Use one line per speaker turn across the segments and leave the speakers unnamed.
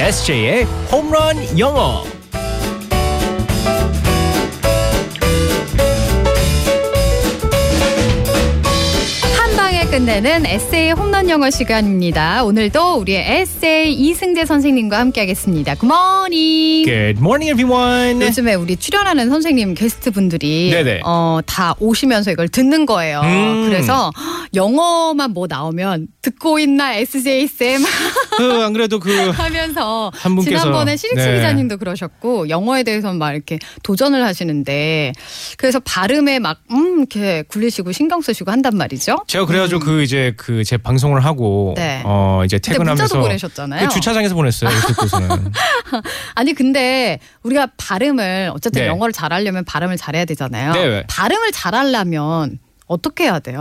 SJ의 홈런 영어.
한 방에 끝내는 에세이 홈런 영어 시간입니다. 오늘도 우리의 에세이 이승재 선생님과 함께하겠습니다. 굿모닝.
Good morning, everyone.
요즘에 우리 출연하는 선생님 게스트 분들이
네. 네네.
어, 다 오시면서 이걸 듣는 거예요.
음.
그래서 영어만 뭐 나오면 듣고 있나 SJ 쌤
그, 안 그래도 그
하면서
한 분께서,
지난번에 시릭스
네.
기자님도 그러셨고 영어에 대해서는 막 이렇게 도전을 하시는데 그래서 발음에 막 음 이렇게 굴리시고 신경 쓰시고 한단 말이죠.
제가 그래가지고 그 이제 그 제 방송을 하고
네.
어 이제
근데 문자도
퇴근하면서
보내셨잖아요.
그 주차장에서 보냈어요. 듣고서는.
아니 근데 우리가 발음을 어쨌든
네.
영어를 잘하려면 발음을 잘해야 되잖아요.
네, 네.
발음을 잘하려면 어떻게 해야 돼요?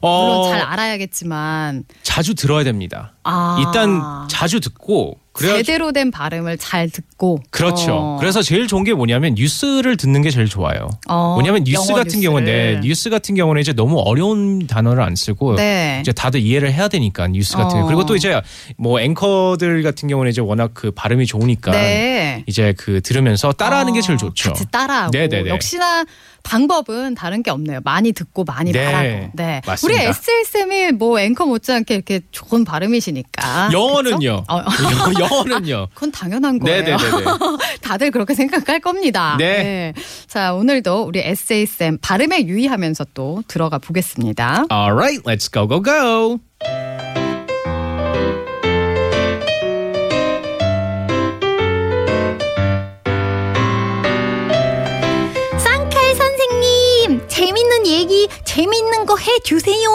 물론
어
잘 알아야겠지만
자주 들어야 됩니다.
아,
일단 자주 듣고 그래야
제대로 된 발음을 잘 듣고
그렇죠.
어.
그래서 제일 좋은 게 뭐냐면 뉴스를 듣는 게 제일 좋아요.
어,
뭐냐면 뉴스
영어
같은 경우는 네,
뉴스를.
뉴스 같은 경우는 이제 너무 어려운 단어를 안 쓰고
네.
이제 다들 이해를 해야 되니까 뉴스 같은
어.
거. 그리고 또 이제 뭐 앵커들 같은 경우는 이제 워낙 그 발음이 좋으니까
네.
이제 그 들으면서 따라하는 게 제일
어,
좋죠.
같이 따라하고
네네네.
역시나 방법은 다른 게 없네요. 많이 듣고 많이
네,
말하고. 네.
맞습니다.
우리 SSM이 뭐 앵커 못지않게 이렇게 좋은 발음이시니까.
영어는요.
그쵸? 어, 어,
영- 영어는요.
그건 당연한 거예요.
네네네.
다들 그렇게 생각할 겁니다.
네.
자, 오늘도 우리 SSM 발음에 유의하면서 또 들어가 보겠습니다.
Alright, let's go go go.
네.
쌍칼 선생님, 재밌는 얘기, 재밌는 거 해주세요.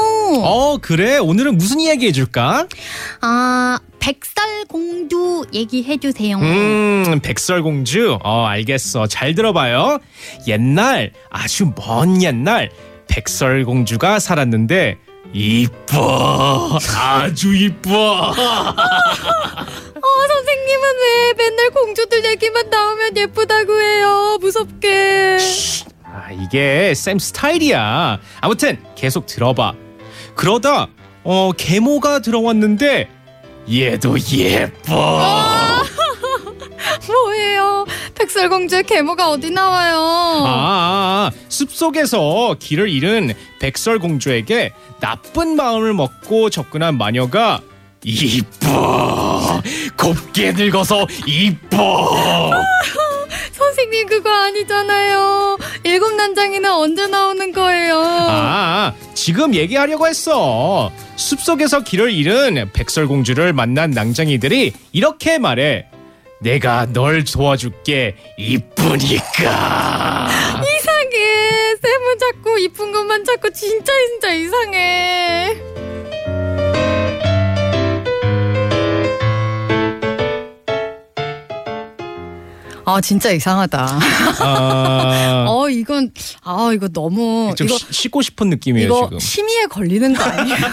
어 그래 오늘은 무슨 이야기 해줄까?
아, 백설공주 얘기해주세요.
음, 백설공주. 어, 알겠어. 잘 들어봐요. 옛날, 아주 먼 옛날, 백설공주가 살았는데, 이뻐. 아주 이뻐.
어, 선생님은 왜 맨날 공주들 얘기만 나오면 예쁘다고 해요? 무섭게.
아, 이게 쌤 스타일이야. 아무튼, 계속 들어봐. 그러다, 어, 계모가 들어왔는데, 얘도 예뻐.
뭐예요? 백설공주의 계모가 어디 나와요?
아, 숲속에서 길을 잃은 백설공주에게 나쁜 마음을 먹고 접근한 마녀가 이뻐 곱게 늙어서 이뻐
선생님 그거 아니잖아요. 일곱 난장이는 언제 나오는 거예요?
아 지금 얘기하려고 했어 숲속에서 길을 잃은 백설공주를 만난 낭장이들이 이렇게 말해 내가 널 도와줄게 이쁘니까
이상해. 쌤은 자꾸 이쁜 것만 자꾸 진짜 진짜 이상해. 아 진짜 이상하다.
아,
어 이건 아 이거 너무
좀
이거
쉬- 쉬고 싶은 느낌이에요
이거
지금
심의에 걸리는 거 아니에요?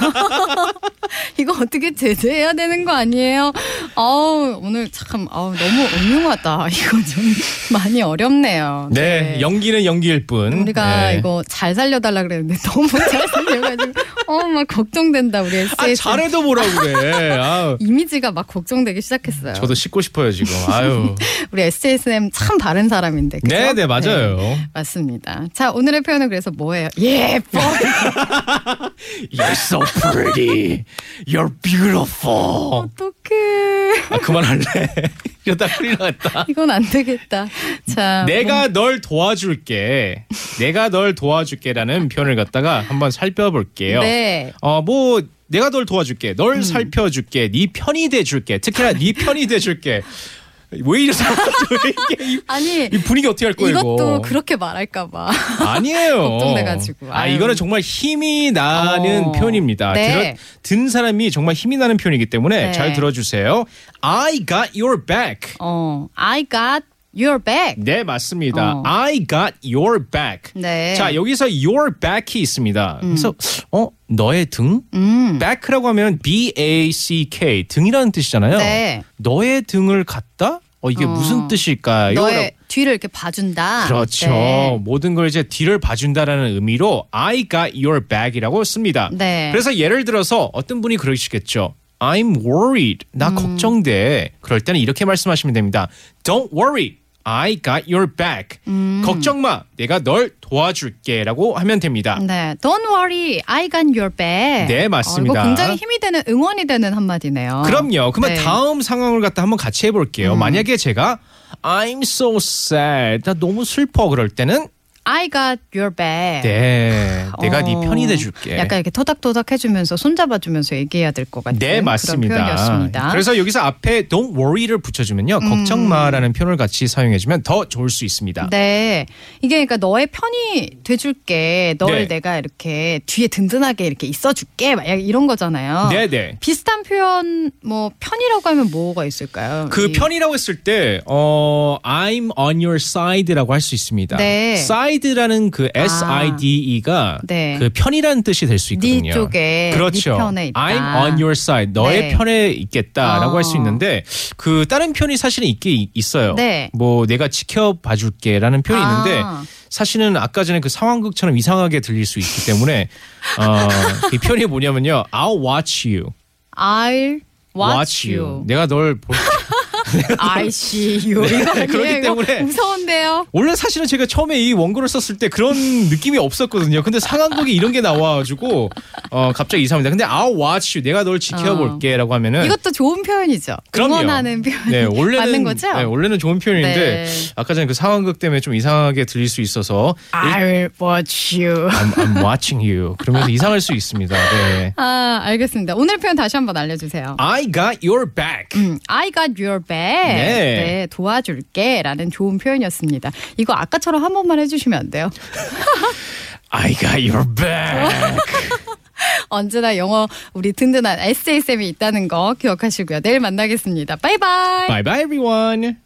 이거 어떻게 제재해야 되는 거 아니에요? 아우 오늘 참 아우 너무 음흉하다. 이거 좀 많이 어렵네요.
네, 연기는 연기일 뿐.
우리가
네.
이거 잘 살려달라 그랬는데 너무 잘 살려가지고 어막 걱정된다 우리
아
SS
잘해도 뭐라고 그래. 아,
이미지가 막 걱정되기 시작했어요.
저도 씻고 싶어요 지금. 아유.
우리 SSM 참 바른 사람인데. 그죠?
네, 네 맞아요.
네, 맞습니다. 자 오늘의 표현은 그래서 뭐예요? 예뻐.
You're so pretty. You're beautiful.
어떡해.
어, 아 그만할래. 이러다 큰일 났다.
이건 안 되겠다. 자
내가 널 도와줄게. 내가 널 도와줄게라는 표현을 갖다가 한번 살펴볼게요.
네. 음.
어 뭐 내가 널 도와줄게. 널 살펴줄게. 네 편이 돼줄게. 특히나 네 편이 돼줄게. 왜 이래서 이게 이-
아니
이 분위기 어떻게 할 거예요?
네. 이것도
이거?
그렇게 말할까봐.
아니에요.
걱정돼가지고.
아
아유.
이거는 정말 힘이 나는
어.
표현입니다.
네.
들어- 든 사람이 정말 힘이 나는 표현이기 때문에
네.
잘 들어주세요. I got your back.
어, I got your back.
네 맞습니다.
어.
I got your back.
네. 음.
자 여기서 your back이 있습니다. 그래서 어 너의 등? back라고 하면 b a c k 등이라는 뜻이잖아요.
네.
너의 등을 갖다? 어 이게 무슨 네, 뜻일까요?
너의 뒤를 이렇게 봐준다.
그렇죠.
네.
모든 걸 이제 뒤를 봐준다라는 의미로 I got your back이라고 씁니다.
네.
그래서 예를 들어서 어떤 분이 그러시겠죠. I'm worried.
음.
나 걱정돼. 그럴 때는 이렇게 말씀하시면 됩니다. Don't worry. I got your back.
음.
걱정 마. 내가 널 도와줄게라고 하면 됩니다.
네, don't worry, I got your back.
네, 맞습니다.
어, 이거 굉장히 힘이 되는 응원이 되는 한마디네요.
그럼요. 그러면
네. 음.
다음 상황을 갖다 한번 같이 해볼게요. 만약에 제가 I'm so sad. 나 너무 슬퍼. 그럴 때는
I got your back.
네, 내가 네
어,
편이 돼줄게.
약간 이렇게 토닥토닥 해주면서 손잡아주면서 얘기해야 될 것 같은
네, 맞습니다. 그렇죠.
그런 표현이었습니다. 음.
그래서 여기서 앞에 don't worry를 붙여주면요. 걱정 마라는 표현을 같이 사용해주면 더 좋을 수 있습니다.
네, 이게 그러니까 너의 편이 돼줄게, 널
네.
내가 이렇게 뒤에 든든하게 이렇게 있어줄게, 막 이런 거잖아요.
네, 네.
비슷한 표현 뭐 편이라고 하면 뭐가 있을까요?
그
이-
편이라고 했을 때, 어, I'm on your side라고 할 수 있습니다.
네. 아.
side라는 그 S-I-D-E가
네.
그 편이라는 뜻이 될 수 있거든요.
네 쪽에,
그렇죠.
네 편에 있다.
I'm on your side. 너의
네.
편에 있겠다라고
어.
할 수 있는데 그 다른 편이 사실은 있긴 있어요.
네.
뭐 내가 지켜봐줄게라는 표현이
아.
있는데 사실은 아까 전에 그 상황극처럼 이상하게 들릴 수 있기 때문에 어, 이 표현이 뭐냐면요. I'll watch you.
I'll watch you.
내가 널 볼.
I see you.
네,
이거 아니에요?
그렇기
이거
때문에
무서운데요.
원래 사실은 제가 처음에 이 원고를 썼을 때 그런 느낌이 없었거든요. 근데 상황극이 이런 게 나와가지고 어 갑자기 이상합니다. 근데 I'll watch you. 내가 널 지켜볼게라고 하면은
이것도 좋은 표현이죠.
네. 그럼요.
응원하는 표현.
네, 원래는
맞는 거죠?
네, 원래는 좋은 표현인데
네.
아까 전에 그 상황극 때문에 좀 이상하게 들릴 수 있어서
I'll watch you.
I'm, I'm watching you 그러면서 이상할 수 있습니다. 네.
아, 알겠습니다. 오늘 표현 다시 한번 알려주세요.
I got your back.
음, I got your back.
네.
도와줄게. 라는 좋은 표현이었습니다. 이거 아까처럼 한 번만 해주시면 안 돼요?
I got your back.
언제나 영어 우리 든든한 SA쌤이 있다는 거 기억하시고요. 내일 만나겠습니다. 바이바이.
bye bye everyone.